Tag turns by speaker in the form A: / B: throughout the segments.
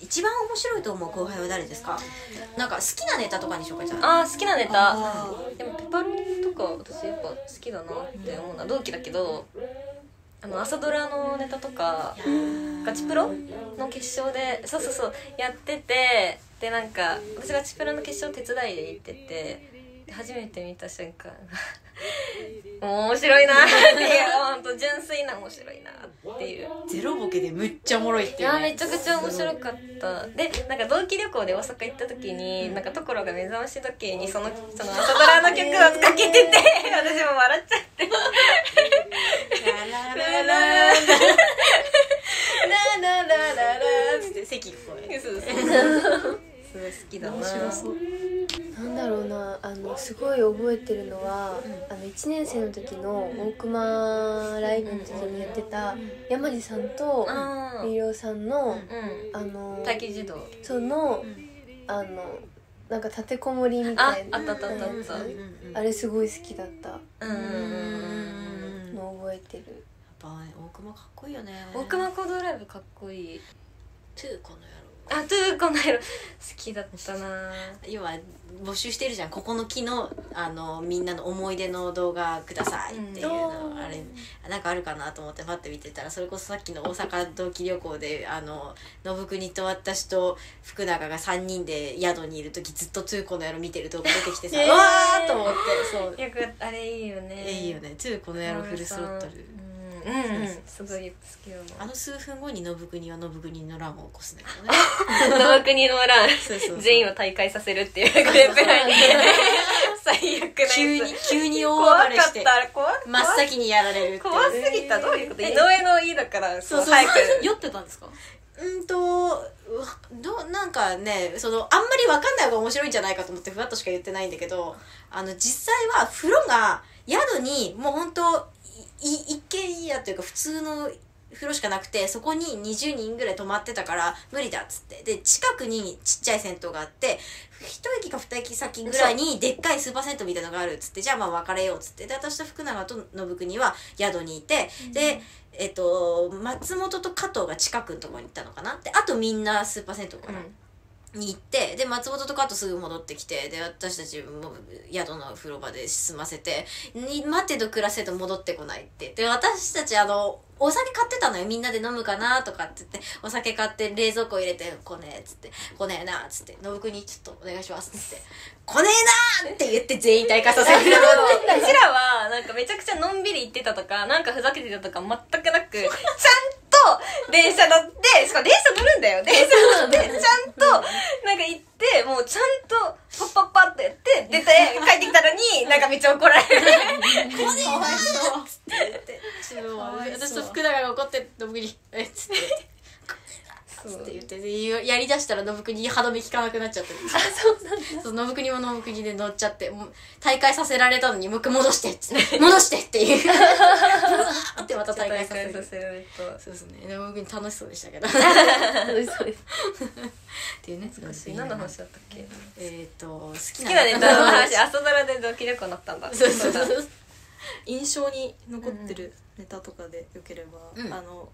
A: 一番面白いと思う後輩は誰ですかなんか好きなネタとかにしようかじゃあ
B: あー好きなネタ
A: あ
B: でもペパルとか私やっぱ好きだなって思うのは同期だけどあの朝ドラのネタとか
A: ーいやー
B: ガチプロの決勝でそうそうそうやっててでなんか私ガチプロの決勝手伝いで行っててで初めて見た瞬間 もう面白いなっていう本当純粋な面白いなっていう
A: ゼロボケでむっちゃおもろいって
B: い
A: いう、
B: や
A: ね、
B: めちゃくちゃ面白かったでなんか同期旅行で大阪行った時になんかところが目覚まし時計にそのその朝ドラの曲をかけてて私も笑っちゃって
A: ラララララララララつって席こうやって
B: そうそうそうすごい好きだな
A: 面白そう
C: なんだろうなあのすごい覚えてるのは、
A: う
C: あの1年生の時の大熊ライブの時にやってた山地さんと
B: あー
C: 飯尾さんの、
B: う
C: あの
B: ん待機児童
C: その、
A: うん
C: あのなんか立てこもりみ
B: あ
C: たい
B: あ
C: な
B: ったあったあったあっ
C: あれすごい好きだった
B: たう
A: うんんやっ
C: のを覚えてる
A: ぱ大熊かっこいいよね
B: 大熊コードライブかっこいい
A: トゥーこの野郎
B: あトゥーこの色好きだったな
A: 要は募集してるじゃんここの木のあのみんなの思い出の動画くださいっていうの、あれなんかあるかなと思って待って見てたらそれこそさっきの大阪同期旅行であの信国と私と福永が3人で宿にいる時ずっと「トゥーコの野郎」見てる動画出てきてさ「
B: えー
A: うわー!」と思ってそう
B: よくあれいいよ
A: 「
B: ね
A: えいいよねトゥーコの野郎フルスロットル」
B: うんうん、うん、すごい好き だ
A: あ
B: な
A: の数分後に信国は信国の乱を起こすんだけどね
B: 生国の乱
A: そうそうそう
B: 全員を大会させるっていうグレープ ライン最悪なやつ
A: 急に急に
B: 怖か
A: 大暴
B: っ
A: れして
B: たあれ怖か
A: 真っ先にやられるっていう
B: 怖すぎたどういうこと
A: え
B: 井上の家だから
A: そうそう
B: 早く
D: 酔ってたんですか
A: うんとうわどうなんかねそのあんまりわかんない方が面白いんじゃないかと思ってふわっとしか言ってないんだけどあの実際は風呂が宿にもうほんといい一軒家というか普通の風呂しかなくてそこに20人ぐらい泊まってたから無理だっつってで近くにちっちゃい銭湯があって一駅か二駅先ぐらいにでっかいスーパー銭湯みたいのがあるっつってじゃあまあ別れようっつってで私と福永と信国は宿にいてで、えっと松本と加藤が近くのところに行ったのかなであとみんなスーパー銭湯かな、に行ってで松本とかとすぐ戻ってきてで私たちも宿の風呂場で済ませてに待ってと暮らせと戻ってこないってで私たちあのお酒買ってたのよみんなで飲むかなとかって言ってお酒買って冷蔵庫入れて「来ねえ」っつって「来ねえな」っつって「信国ちょっとお願いします」っつって「来ねえな!」って言って全員退化させる
B: うちらはなんかめちゃくちゃのんびり行ってたとかなんかふざけてたとか全くな くちゃんと電車乗ってしかも電車乗るんだよ電車乗ってちゃんとなんか行ってもうちゃんとパッパッパってやって出て帰ってきたのになんかめっちゃ怒られる
A: 私と福永が怒って信国に「えっ?」つって。って言ってでやりだしたら信国に歯止め効かなくなっちゃってあそうなんだ信国も信国で乗っちゃってもう大会させられたのにもう一回戻してっつって戻してっていううわーってまた大会させる
B: せられた
A: そうですね信国楽しそうでしたけどっ
C: 楽しそう です
A: ていうね
B: 難しい何の話だったっけ好
A: えっ、と好き
B: きなネタの話
A: あ
B: 朝ドラで同期旅行になったんだ
A: そうそうそうう
D: 印象に残ってるネタとかでよければ、
A: うん
D: あの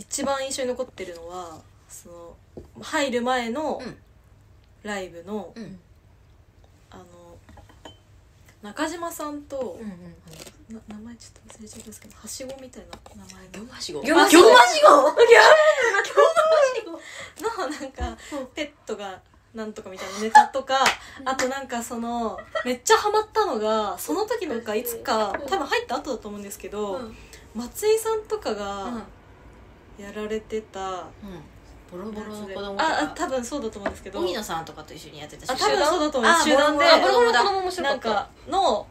D: 一番印象に残ってるのはその入る前の
A: うん
D: ライブの、
A: うん
D: あの中島さんと
B: う、んうん
D: な名前ちょっと忘れちゃいますけどはしごみたいな名前
A: 魚
D: の
A: ましご
B: 魚ましご
A: しご
D: のなんかペットがなんとかみたいなネタとかあとなんかそのめっちゃハマったのがその時のかいつか多分入った後だと思うんですけど、
A: うん
D: 松井さんと
A: う
D: か
A: ん
D: がやられてた
A: ボロボロの子供とか
D: ああ多分そうだと思うんですけど
A: 荻野さんとかと一緒にやってた
D: あ多分そうだと思う
A: あ
D: 集団で
A: ボロボロ
B: 子
A: だ
B: 供面白か
D: な
B: っ
D: ん
B: た
D: かの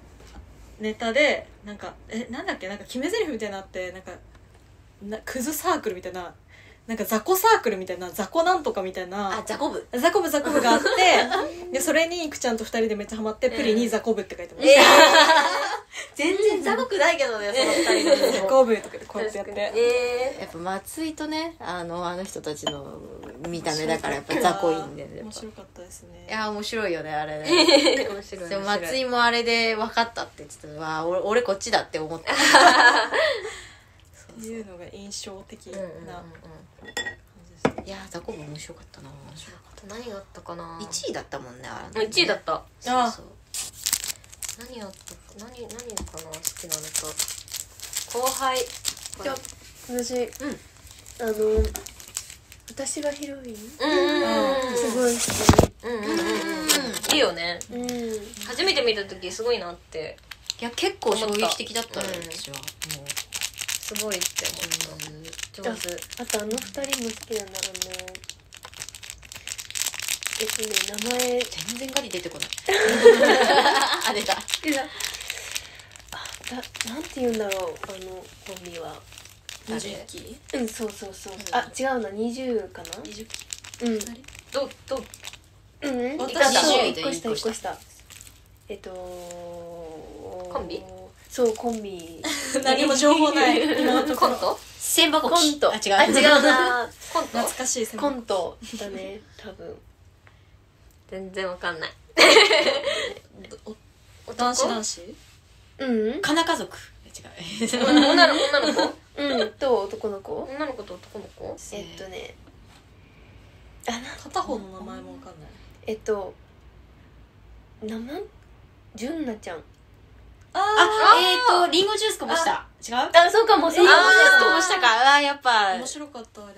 D: ネタでなんかえなんだっけなんか決め台詞みたいなのあってなんかなクズサークルみたいななんか雑魚サークルみたいな雑魚なんとかみたいな
A: あザコブ
D: ザコブザコブがあってでそれにいくちゃんと二人でめっちゃハマってプリにザコブって書いてます、
B: え
A: 全然ザコくないけどねその二人
D: ザ
A: の
D: コブとかでこうやってやって
B: え え
A: やっぱ松井とねあのあの人たちの見た目だからやっぱザコいんでねやっ
D: 面
A: ぱ
D: 白かったですね
A: いや面白いよねあれね
B: 面白い
A: でも松井もあれで分かったって言ってたわあ俺俺こっちだって思 った
D: っていうのが印象的な
B: うんうんうんうん
D: 感じでしたね
A: いやーザコも面白かったな
B: あと何があったかな1
A: 1位だったもんねあれ
B: 位だった
A: そうそう
B: 何やったって何何かな好きなネタ後輩
A: じゃあ
C: 私、あの私がヒロインす
B: うんうん
C: ごい好
B: うんうんうんうんいいよね
C: き、うん、
B: 初めて見た時すごいなって
A: いや結構衝撃的だったよ
B: うん
A: 私はも
B: すごいって思った上手
C: あとあの二人も好きなんだろうねえっとね名前
A: う全然ガリ出てこない あれだ
C: だなんて言うんだろうあのコンビは
A: 誰
D: 20期
C: うんそうそうそう、あ違うな20かな
D: 20期
C: うん
B: どうどう
C: うん
D: 私
C: そう
A: 20で
C: 一個
A: 一個
C: 下一
A: 下
C: 個下えっとコ
B: ンビ
C: そうコンビ
D: 何も情報ない 今のとこ
B: コン
D: ろ
B: ト
A: 千箱
C: コント
A: あ違
C: あ
A: う
C: 違 うな
B: コント
D: 懐かしい先
C: コ
D: 輩
C: ントだね多分
B: 全然わかんない
D: 男子男子
C: うん
A: かな家族違う
B: 女の女の子
C: うんと男の子
B: 女の子と男の子
C: えっとねあな
D: 片方の名前もわかんない
C: えっと名前純奈ちゃん
A: あ
D: あ
A: えっとリンゴジュースこぼした違う
C: あそうかもそ
A: リンゴジュー
B: あ
A: スこぼしたかあーやっぱ
D: 面白かったあれ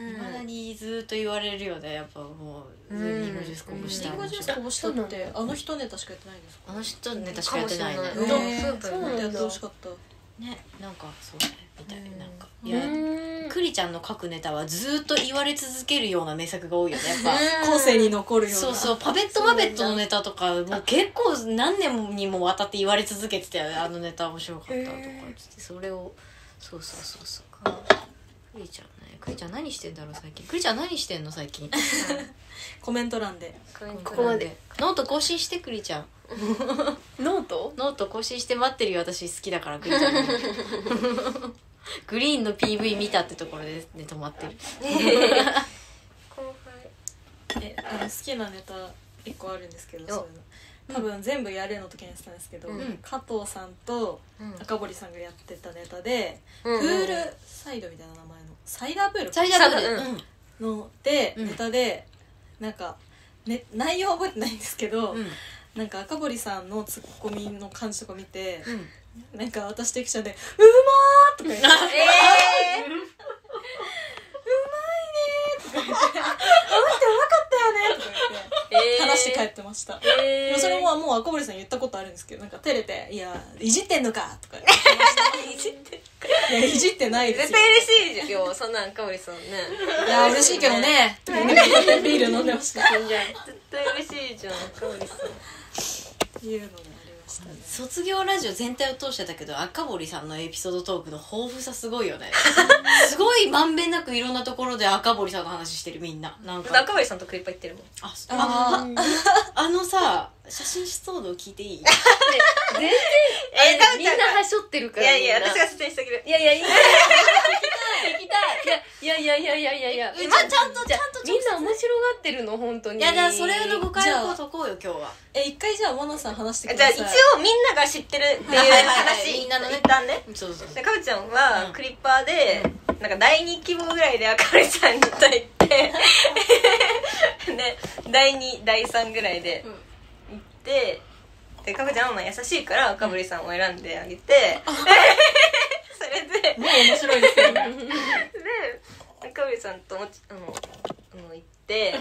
A: いまだにずっと言われるよねやっぱもう
B: うん
A: リンゴジュースこぼし
D: リ
A: た
D: ンゴジュースこぼした
C: そうな
D: っ
C: んだ
D: てあの人ネタしかやってないんですか
A: あの人ね確かやってないね
B: かもしれ
D: ね
B: ないそう
D: そ
B: そうう
D: な
B: なんんだ
D: だやってほしかった
A: ねなんかそうねみたい
B: うん
A: なんか
B: うん
A: いや
C: うん
A: クリちゃんの書くネタはずっと言われ続けるような名作が多いよねやっ ぱ
D: 後世に残るような
A: そうそうパペットマペットのネタとかもう結構何年にもわたって言われ続けてたよねあのネタ面白かったとかつってそれをそうそうそうそうクリちゃんねクリちゃん何してんだろう最近クリちゃん何してんの最近
D: コメント欄で
A: こ
B: こ
A: こま
B: こま
A: でノート更新してクリちゃん
C: ノート
A: ノート更新して待ってるよ私好きだからグリーンのグリーンの PV 見たってところで、ね、止まってる
B: 後
D: えあの好きなネタ一個あるんですけど
B: お
D: そういうの多分全部やれの時にやってたんですけど、
B: うん
D: 加藤さんと
B: 輩
D: 赤堀さんがやってたネタで、
B: うん
D: プールサイドみたいな名前のサイダープールか
A: 最大部
B: そう
A: で、う
B: だね
A: ん
D: ので、
A: うん
D: ネタでなんか、ね、内容は覚えてないんですけど、
A: うん
D: なんか赤堀さんのツッコミの感じとか見て、
A: うん
D: なんか私とゆきちゃんで「うまー!」とか言って
B: ええー
D: 「とか言って話して帰ってました、
B: え
D: でもそれももう赤堀さん言ったことあるんですけどなんか照れて「いやいじってんのか」とか言ってました「いやいじってないで
B: 絶
D: すよ
B: 対嬉しいよそんなんかおりさんね
D: いや嬉しいけどね」とか言ってビール飲んでましたって
B: 絶対嬉しいじゃんかおりさん
D: いうのがありましたね
A: 卒業ラジオ全体を通してだけど赤堀さんのエピソードトークの豊富さすごいよね すごいまんべんなくいろんなところで赤堀さんの話してるみんななんか
B: 赤堀さんとクリパ行ってるもん
A: ああ
D: あ
A: あのさ写真しそうの聞いていい
B: えだ
C: みんなはしょってるか
B: い
C: ら
B: やいや
C: みんな
B: 私が説明してあげる
C: いやいやいや聞きたいいやいやいやいやいやいやいや
A: えまあちゃんとちゃんと
C: みんな面白がってるの本当に
A: いやじゃあそれの誤解
D: じゃ
A: を
D: あ
A: 解こうよ今日は
D: え一回じゃあモナさん話してく
B: じゃ
D: だ
B: あ
D: さい
B: 一応みんなが知ってるっていう
A: はいはいはい
B: 話
A: みんなのね
B: 一旦ね
A: そうそうそう
B: でかぶちゃんは
A: うん
B: クリッパーでなんか第二希望ぐらいで赤堀さんに と行ってで第二第三ぐらいで行ってでかぶちゃんはまあ優しいから赤堀さんを選んであげて それで
D: もう面白いですよね
B: で赤堀さんともちあのあの行って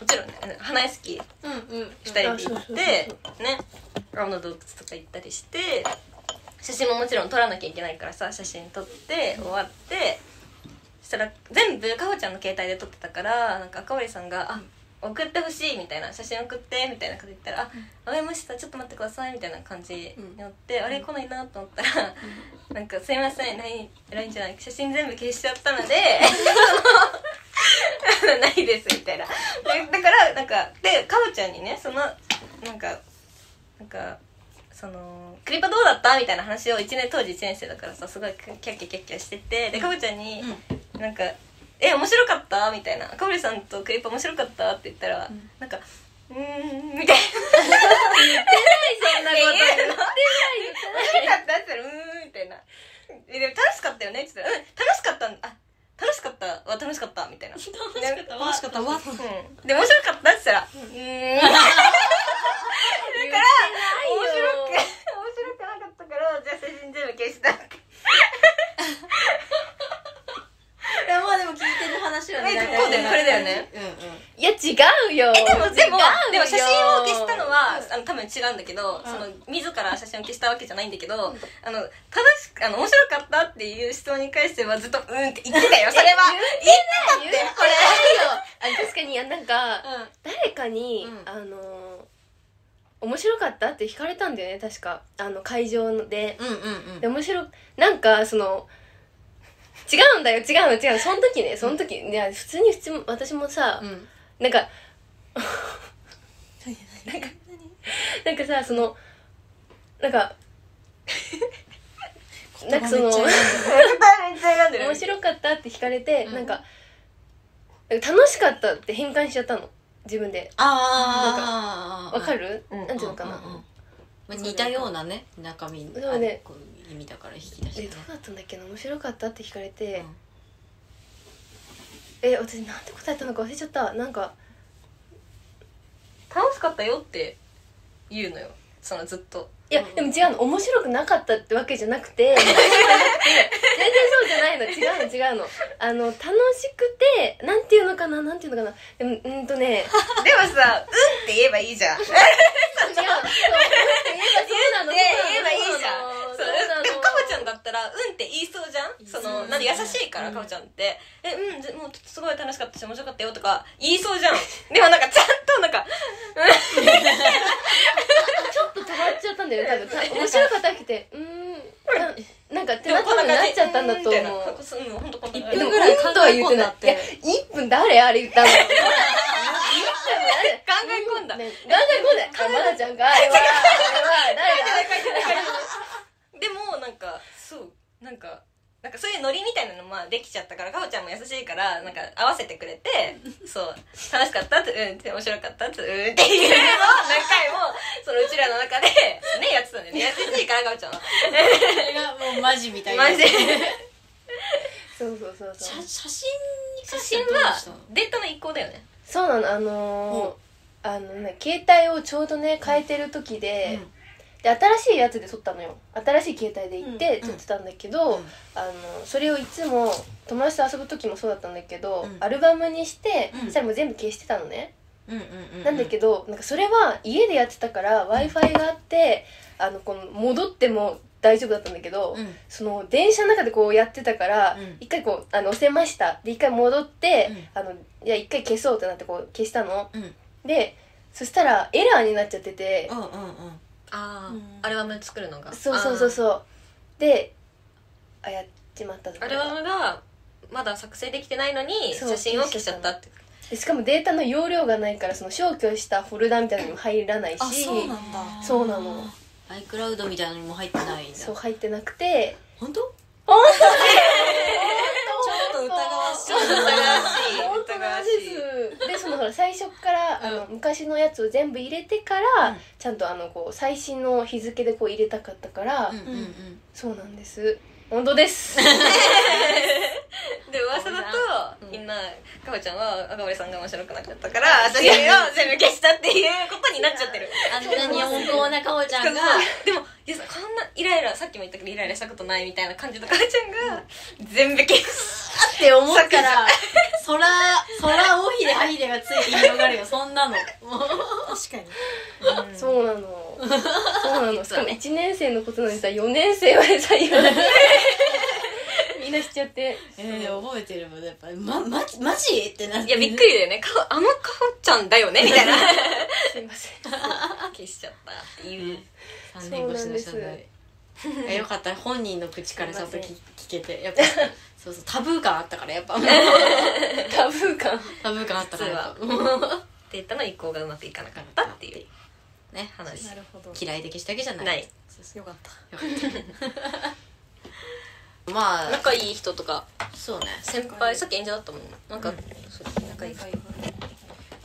B: もちろんねあの花屋敷
A: うんうん
B: 2人で行ってね青の洞窟とか行ったりして写真ももちろん撮らなきゃいけないからさ写真撮って終わってそしたら全部かほちゃんの携帯で撮ってたからなんか赤堀さんが「あ送ってほしい」みたいな「写真送って」みたいなこと言ったら「あわかりましたちょっと待ってください」みたいな感じになって「あれ来ないな」と思ったら「なんかすいません LINE LINE じゃない写真全部消しちゃったので」 ないですみたいなでだからなんかでかおちゃんにねそのなんかなんかそのクリパどうだったみたいな話を1年当時1年生だからさすごいキャッキャキャッキャしててでかおちゃんに、なんか「え面白かった?」みたいな「かおりさんとクリパ面白かった?」って言ったら、なんか「うーん」みたいな。そんなこと言ってないよ。面白かったって言ったら、うーん、みたいな。で、でも楽しかったよねって言ったら、うん、楽しかったんあ、楽しかったは楽しかったみたいな。 楽しかった
D: 楽しかったわ
B: うん。で、面白かったって言ったら、うーん。だから、面白く、面白くなかったから、じゃあ成人全部消した。
A: いやまあでも聞いてる話はね
B: え
A: 大
B: こう
A: 体
B: だよこれだよね
A: うんうん
C: いや違うよ
B: えでもでも
C: 違う
B: で
C: よ
B: も写真を消したのはあの多分違うんだけど、その自ら写真を消したわけじゃないんだけど、あの正しくあの面白かったっていう質問に関してはずっとうんって言ってたよそれは
C: 言
B: 言ってて
C: うないよ
B: たってこれ
C: あ確かにいやなんか、誰かに、
A: うん
C: あの面白かったって聞かれたんだよね確かあの会場ので
A: うんうんうん
C: で面白なんかその違うんだよ違うの違うのその時ねその時、いや普通に普通私もさ、
A: うん
C: なんかなんかさそのなんかなんかその
B: めっちゃ選んでる
C: 面白かったって聞かれて、
A: うん
C: なんかなんか楽しかったって変換しちゃったの自分で
A: ああ
C: わかる、
B: うん
C: なんていうのかな、
A: うんうんまあ似たようなね中身
C: そうね
A: あのこう意味だから引き出して
C: え
A: ね
C: どうだったんだっけな面白かったって聞かれて、
A: うん
C: え私なんて答えたのか忘れちゃったなんか
B: 楽しかったよって言うのよそのずっと
C: いや、でも違うの面白くなかったってわけじゃなく て全然そうじゃないの違うの違うのあの楽しくてなんていうのかななんていうのかなでもうーんと ね
B: でもさ「うん」って言えばいいじゃん言え
C: 違うそう言えばそうなの
B: ばいいじゃんそうでもかほちゃんだったら「うん」って言いそうじゃんそのなんで優しいからかほちゃんって「えうんぜもうすごい楽しかったし面白かったよ」とか言いそうじゃんでもなんかちゃんとなんか
C: ちょっと止まっちゃったんだよね多分た面白かったくてうーんななんかってな多分なっちゃったんだと思う
B: うん、ほんとこんな
D: 一
B: 感じ
C: でも、
D: 分
C: うん
D: ぐらい考
C: とは
D: え
C: 言っ
D: 込
C: て
D: んだ
C: な
D: っ
C: い。
D: て
C: いや、1分誰あれ言ったの ?1 分誰
B: 考え込んだ。
C: ね、考え込んで、あ、まなちゃんか、あれは、あれは、誰 だ
B: でも、なんか、そう、なんか、なんかそういうノリみたいなのまあできちゃったから、かほちゃんも優しいから、なんか合わせてくれて、そう、楽しかったって、うんって、面白かったって、うんっていうのを何回も、そのうちらの中で、ね、やってたんだよね。優しいから、かほちゃんは。
A: それがもうマジみたいな
B: マジで。
C: そうそうそう
A: 写
C: そう。
A: 写真に
B: 写
A: 関して
B: 真
A: はどう
B: は
A: したの、
B: データの移行だよね。
C: そうなの、あのー、あのね、携帯をちょうどね、変えてる時で、で、新しいやつで撮ったのよ。新しい携帯で行って
A: うん
C: 撮ってたんだけど、あの、それをいつも、友達と遊ぶ時もそうだったんだけど
A: う、ん
C: アルバムにして
A: うん、
C: そしたらもう全部消してたのね。
A: うんうんうんうんう
C: なんだけどなんかそれは家でやってたから w i f i があってあのこの戻っても大丈夫だったんだけど、
A: うん
C: その電車の中でこうやってたから、
A: うん
C: 一回こうあの押せましたで一回戻って、
A: う
C: あのいや一回消そうってなってこう消したの
A: うん
C: でそしたらエラーになっちゃってて、
A: うんうんうん
B: あ
D: うん
B: アルバム作るのが
C: そうそうそうそうであやっちまったぞ
B: あーアルバムが、まだ作成できてないのに、
C: そう
B: 写真を消しちゃったって。
C: でしかもデータの容量がないからその消去したフォルダみたいなのにも入らないし
D: あそうなんだ
C: そうなの
A: iCloud みたいなのにも入ってないんだ
C: そう入ってなくて
A: 本当
D: ちょっと疑わしい
B: ちょっと疑わしい。
C: 本当
B: 疑わしい。
C: ですでそのほら最初から、あの昔のやつを全部入れてから、
A: うん
C: ちゃんとあのこう最新の日付でこう入れたかったから、
A: うんうんうん
C: そうなんです本当です
B: で噂だと、
A: うん
B: みんなかほちゃんは赤堀さんが面白くなかったから写真を全部消したっていうことになっちゃってる
A: あんなに温厚なかおちゃんが
B: でもいやこんなイライラさっきも言ったけどイライラしたことないみたいな感じのかほちゃんが全部消す
A: って思ったら空空尾ひれあひれがついて広がるよそんなのもう
D: 確かに
C: そうなのそうなのしか
B: そう
C: も
B: ね
C: 1年生のことなのにさ4年生までさ言われてみんなしちゃって
A: えー、覚えてるもんやっぱままマジってなっ
B: い
A: て
B: やびっくりだよねかほあのかほちゃんだよねみたいな
C: すいません
B: 消しちゃったっていう
A: 3年越しの謝
C: そうなん
A: 罪 えよかった本人の口からちゃんと聞
C: すい
A: 聞けてやっ ぱそうそうタブー感あったから やっぱ
C: タブー感
A: タブー感あったからやっぱ
B: データの移行がうまくいかなかったっていう
A: ね
B: 話
D: なるほど
A: 嫌いで消したわけじゃない
B: ない
D: よか った
A: まあ
B: 仲いい人とか
A: そうね
B: 先輩さっき演者だったもんねなんか、そう仲いい人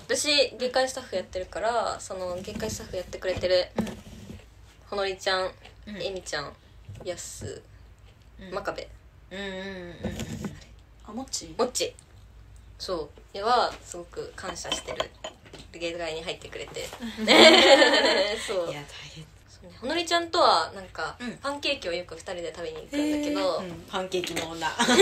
B: 私外科医スタッフやってるからその外科医スタッフやってくれてる、ほのりちゃん、
A: うん
B: えみちゃんやす、
A: うん
B: 真壁
A: うんうんうんうん
D: ああもっち
B: オッチそうではすごく感謝してる芸大に入ってくれて そう
A: いや大変
B: そうねほのりちゃんとはなんか、
A: うん
B: パンケーキをよく2人で食べに行くんだけど、
A: うん、パンケーキの女
B: なんか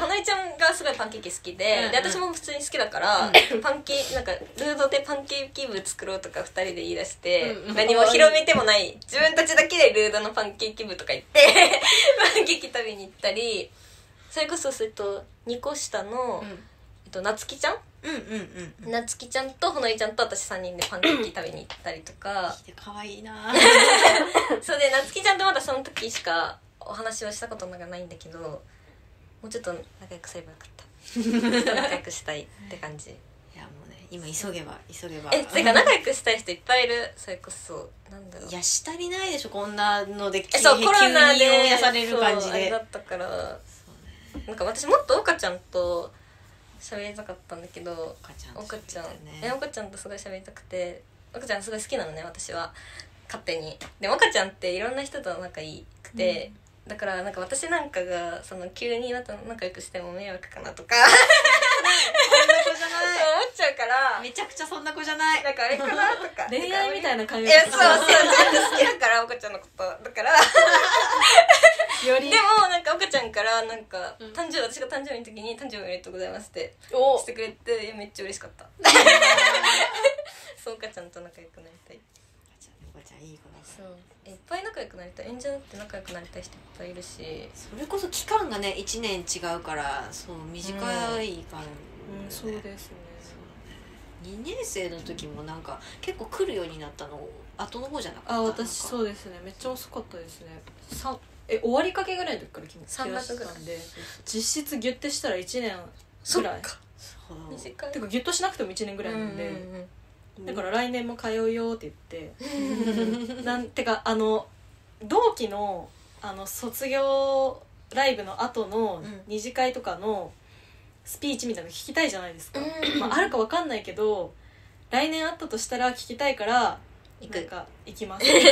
B: ほのりちゃんがすごいパンケーキ好きで,、
A: うんうん
B: で私も普通に好きだから、パンケーキなんかルードでパンケーキ部作ろうとか2人で言い出して、
A: うんうん
B: 何も広めてもない自分たちだけでルードのパンケーキ部とか行って パンケーキ食べに行ったりそれこそそれと2個下の、えっと、なつきちゃん
A: うんうんうんうん
B: なつきちゃんとほのりちゃんと私3人でパンケーキ食べに行ったりとか
A: 可愛 いな
B: そうでなつきちゃんとまだその時しかお話をしたことがないんだけどもうちょっと仲良くすればよかった仲良くしたいって感じ
A: いやもうね今急げば急げば
B: えてか仲良くしたい人いっぱいいるそれこそなんだろう
A: いやしたりないでしょこんなので
B: えそう
A: 急
B: コロナ
A: 急に
B: で
A: 呼び出される感じ
B: そうあれ
A: で
B: だったからなんか私もっと岡ちゃんと喋りたかったんだけど
A: 岡ちゃんと
B: 岡ちゃん、
A: 喋りたい
B: え
A: ね
B: 岡ちゃんとすごい喋りたくて岡ちゃんすごい好きなのね私は勝手にでも岡ちゃんっていろんな人と仲いいくて、だからなんか私なんかがその急になんか仲良くしても迷惑かなとか
A: そんな子じゃな
B: 思っちゃうから
A: い めちゃくちゃそんな子じゃない
B: なんかあれかなとか
D: 恋愛みたいな感
B: い
D: じ
B: やそうそうちゃんと好きだから岡ちゃんのことだから
D: よ
B: で
D: り
B: もなんか岡ちゃんからなんか誕生日私が誕生日の時に「誕生日おめでとうございます」って
C: お
B: してくれていやめっちゃ嬉しかったそう岡ちゃんと仲良くなりたい
A: 岡ちゃん岡ちゃんいい子だから
B: そういっぱい仲良くなりたい演者だって仲良くなりたい人いっぱいいるし
A: それこそ期間がね1年違うからそう短いから、
D: うんそうですね
A: 2年生の時もなんか結構来るようになったの後の方じゃなかった
D: あ私
A: う
D: そうですねめっちゃ遅かったですねさんえ終わりかけぐらいの時から気
B: 三
D: 気が
B: 月
D: し
B: ぐらい
D: たんで実質ギュッてしたら1年
B: そ
D: ぐ
B: っ
D: らい
B: か
A: そう
B: 短い
D: てかギュッとしなくても1年ぐらいなんで、
B: うんうん
D: だから来年も通うよって言 ってなんてかあの同期のあの卒業ライブの後の
A: うん
D: 二次会とかのスピーチみたいなの聞きたいじゃないですか、
B: うん
D: まあ、あるかわかんないけど来年あったとしたら聞きたいから
B: 行
D: なん
B: く
D: か行きますって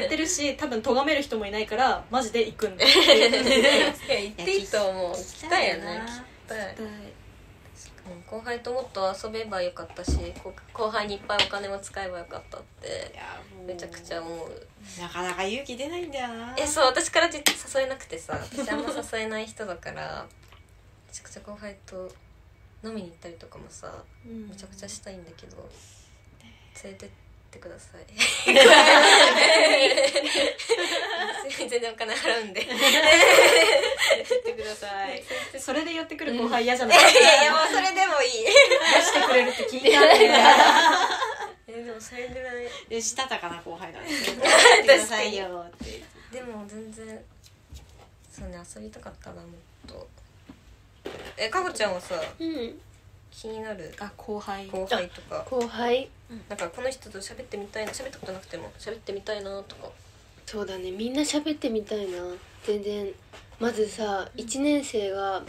D: 言ってるし多分咎める人もいないからマジで行くん だって言って
B: い
D: て
B: や行っていいと思う
A: 聞
B: 聞
A: き
B: き
A: た
B: た
A: い
B: い
A: よ
B: よ
A: ね
B: ね聞きたい
D: 絶対
B: うん後輩ともっと遊べばよかったしこ後輩にいっぱいお金も使えばよかったって
A: いやもう
B: めちゃくちゃ思う
A: なかなか 勇気出ないんだよな
B: えそう私から実は誘えなくてさ私あんま誘えない人だからめちゃくちゃ後輩と飲みに行ったりとかもさめちゃくちゃしたいんだけど連れてってください 全然お金払うんでい
A: てください
D: それで寄ってくる後輩嫌じゃない、
B: やいやもうそれでもいい
D: 出してくれるって聞いたんで
B: えでもそれぐらい
A: でしたたかな後輩なんですけどやってくださいよって
B: でも全然そうね遊びたかったなもっとえかほちゃんはさ
C: うん
B: 気になる
D: あ後輩
B: 後輩とか
C: 後輩
B: なんかこの人と喋ってみたいな喋ったことなくても喋ってみたいなとか
C: そうだねみんな喋ってみたいな全然まずさ1年生が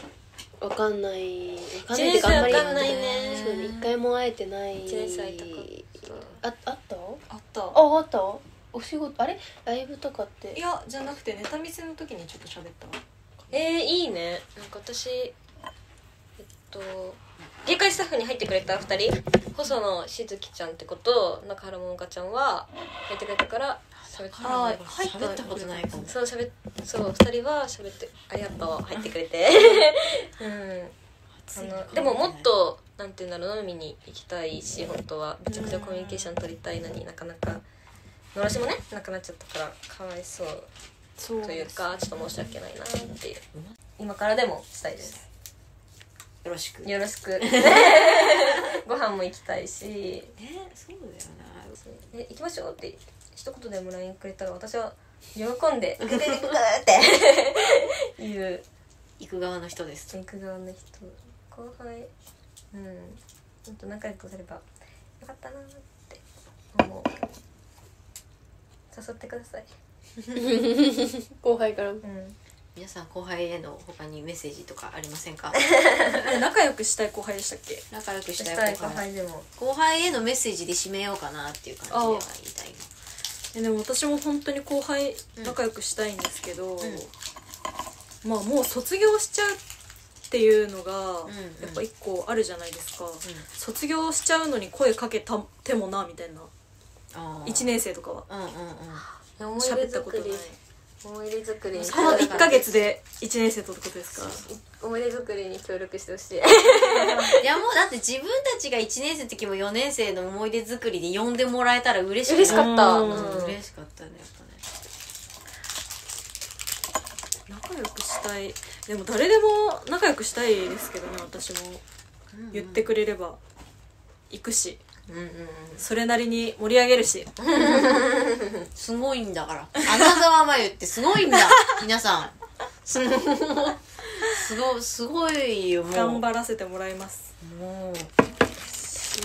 C: わかんないわかんないっていうかあんまり
B: わかんないね
C: そうね一回も会えてない
B: 一年生会いたかった
C: ああった
D: あった
C: ああったお仕事あれライブとかっ
D: い
C: て
D: やじゃなくてネタ見せの時にちょっと喋ったわ
B: えー、いいねなんか私えっと芸会スタッフに入ってくれた2人細野しずきちゃんってこと中原桃香ちゃんは入ってくれたから喋って
A: あ
D: ー入った
A: 喋ったことないかも
B: そう喋っそう2人は喋ってありがとう入ってくれて うんあのでももっとなんていうんだろう飲みに行きたいし本当はめちゃくちゃコミュニケーション取りたいのになかなかのろしもねなくなっちゃったからかわいそう
D: そう
B: というかちょっと申し訳ないなっていう
A: うま
B: 今からでもしたいです
A: よろしくね
B: よろしく ご飯も行きたいし
A: そうだよな
B: え行きましょうって一言でも LINE くれたら私は喜ん で「行く行く行くって 言う
A: 行く側の人です
B: 行く側の人後輩うんもっと仲良くすればよかったなって思う誘ってください
C: 後輩から
B: うん
A: 皆さん後輩への他にメッセージとかありません か
D: え仲良くしたい後輩でしたっけ
A: 仲良くし
B: したた
A: い
B: い
A: 後
B: 後
A: 輩
B: 輩でも
A: 後輩へのメッセージで締めようかなっていう感じでは言いたい
D: えでも私も本当に後輩
A: うん
D: 仲良くしたいんですけど、
A: ん
D: まあもう卒業しちゃうっていうのが
A: んうん
D: やっぱ一個あるじゃないですか、卒業しちゃうのに声かけたてもなみたいな
A: あー
D: 1年生とかは
A: うんうんうん
B: 思い
D: 喋
B: 出
D: ったこ
B: 作
D: とな
B: り
D: い
B: 思い出作りに
D: この1か月で1年生とってことですか
B: 思い出作りに協力してほしい
A: いやもうだって自分たちが1年生の時も4年生の思い出作りで呼んでもらえたら嬉し
B: 嬉し
A: かっ
B: かった
A: た
D: うん
A: うん
B: うん
A: 嬉しかったねやっぱね
D: 仲良くしたいでも誰でも仲良くしたいですけどね私も言ってくれれば行くし
A: うんうんうん
D: それなりに盛り上げるし
A: すごいんだから穴沢真由ってすごいんだ皆さ んすごすごすごいよもう
D: 頑張らせてもらいます
A: もう
D: し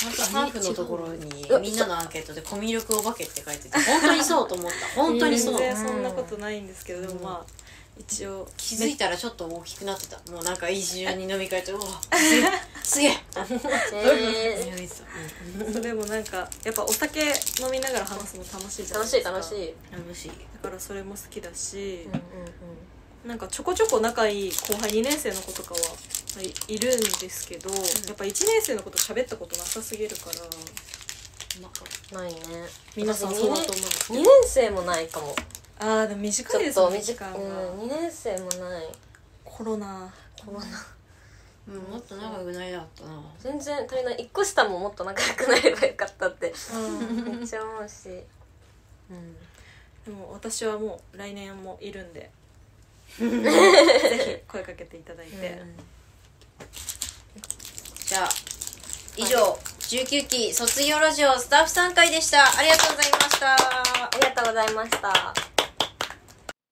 A: ちゃんとハーフのところにみんなのアンケートで「コミュ力お化け」って書いてて本当にそうと思った本当にそ
D: 全
A: う
D: 然そんなことないんですけどでもまあ一応
A: 気づいたらちょっと大きくなってたもうなんか一瞬に飲み 会とうわすげえすげえ
B: ね
D: そうでもなんかやっぱお酒飲みながら話すの楽しいじゃな
B: 楽
D: い
B: しい楽し
D: だ
B: い
A: 楽しい
D: からそれも好きだし、
B: うんうん
D: なんかちょこちょこ仲いい後輩2年生の子とかはまあいいるんですけど、やっぱ1年生の子と喋ったことなさすぎるから
B: うんないね
D: 皆さんそうだと思うんですけ
B: 2
D: ど
B: 年生もないかも
D: あーでも
B: ち
D: 短
B: ょ
D: いで
B: っ
D: すよ
B: と
D: ね
B: 短い
D: 時間が
B: うん2年生もない
D: コロナ
B: コロナ
A: うんもっと仲良くなりだったな
B: 全然足りない1個下ももっと仲良くなればよかったって
D: うん
B: めっちゃ思うし
A: うん
D: でも私はもう来年もいるん でぜひ声かけていただいて、
A: じゃあ以上、19期卒業ラジオスタッフ参会でしたありがとうございました
B: ありがとうございました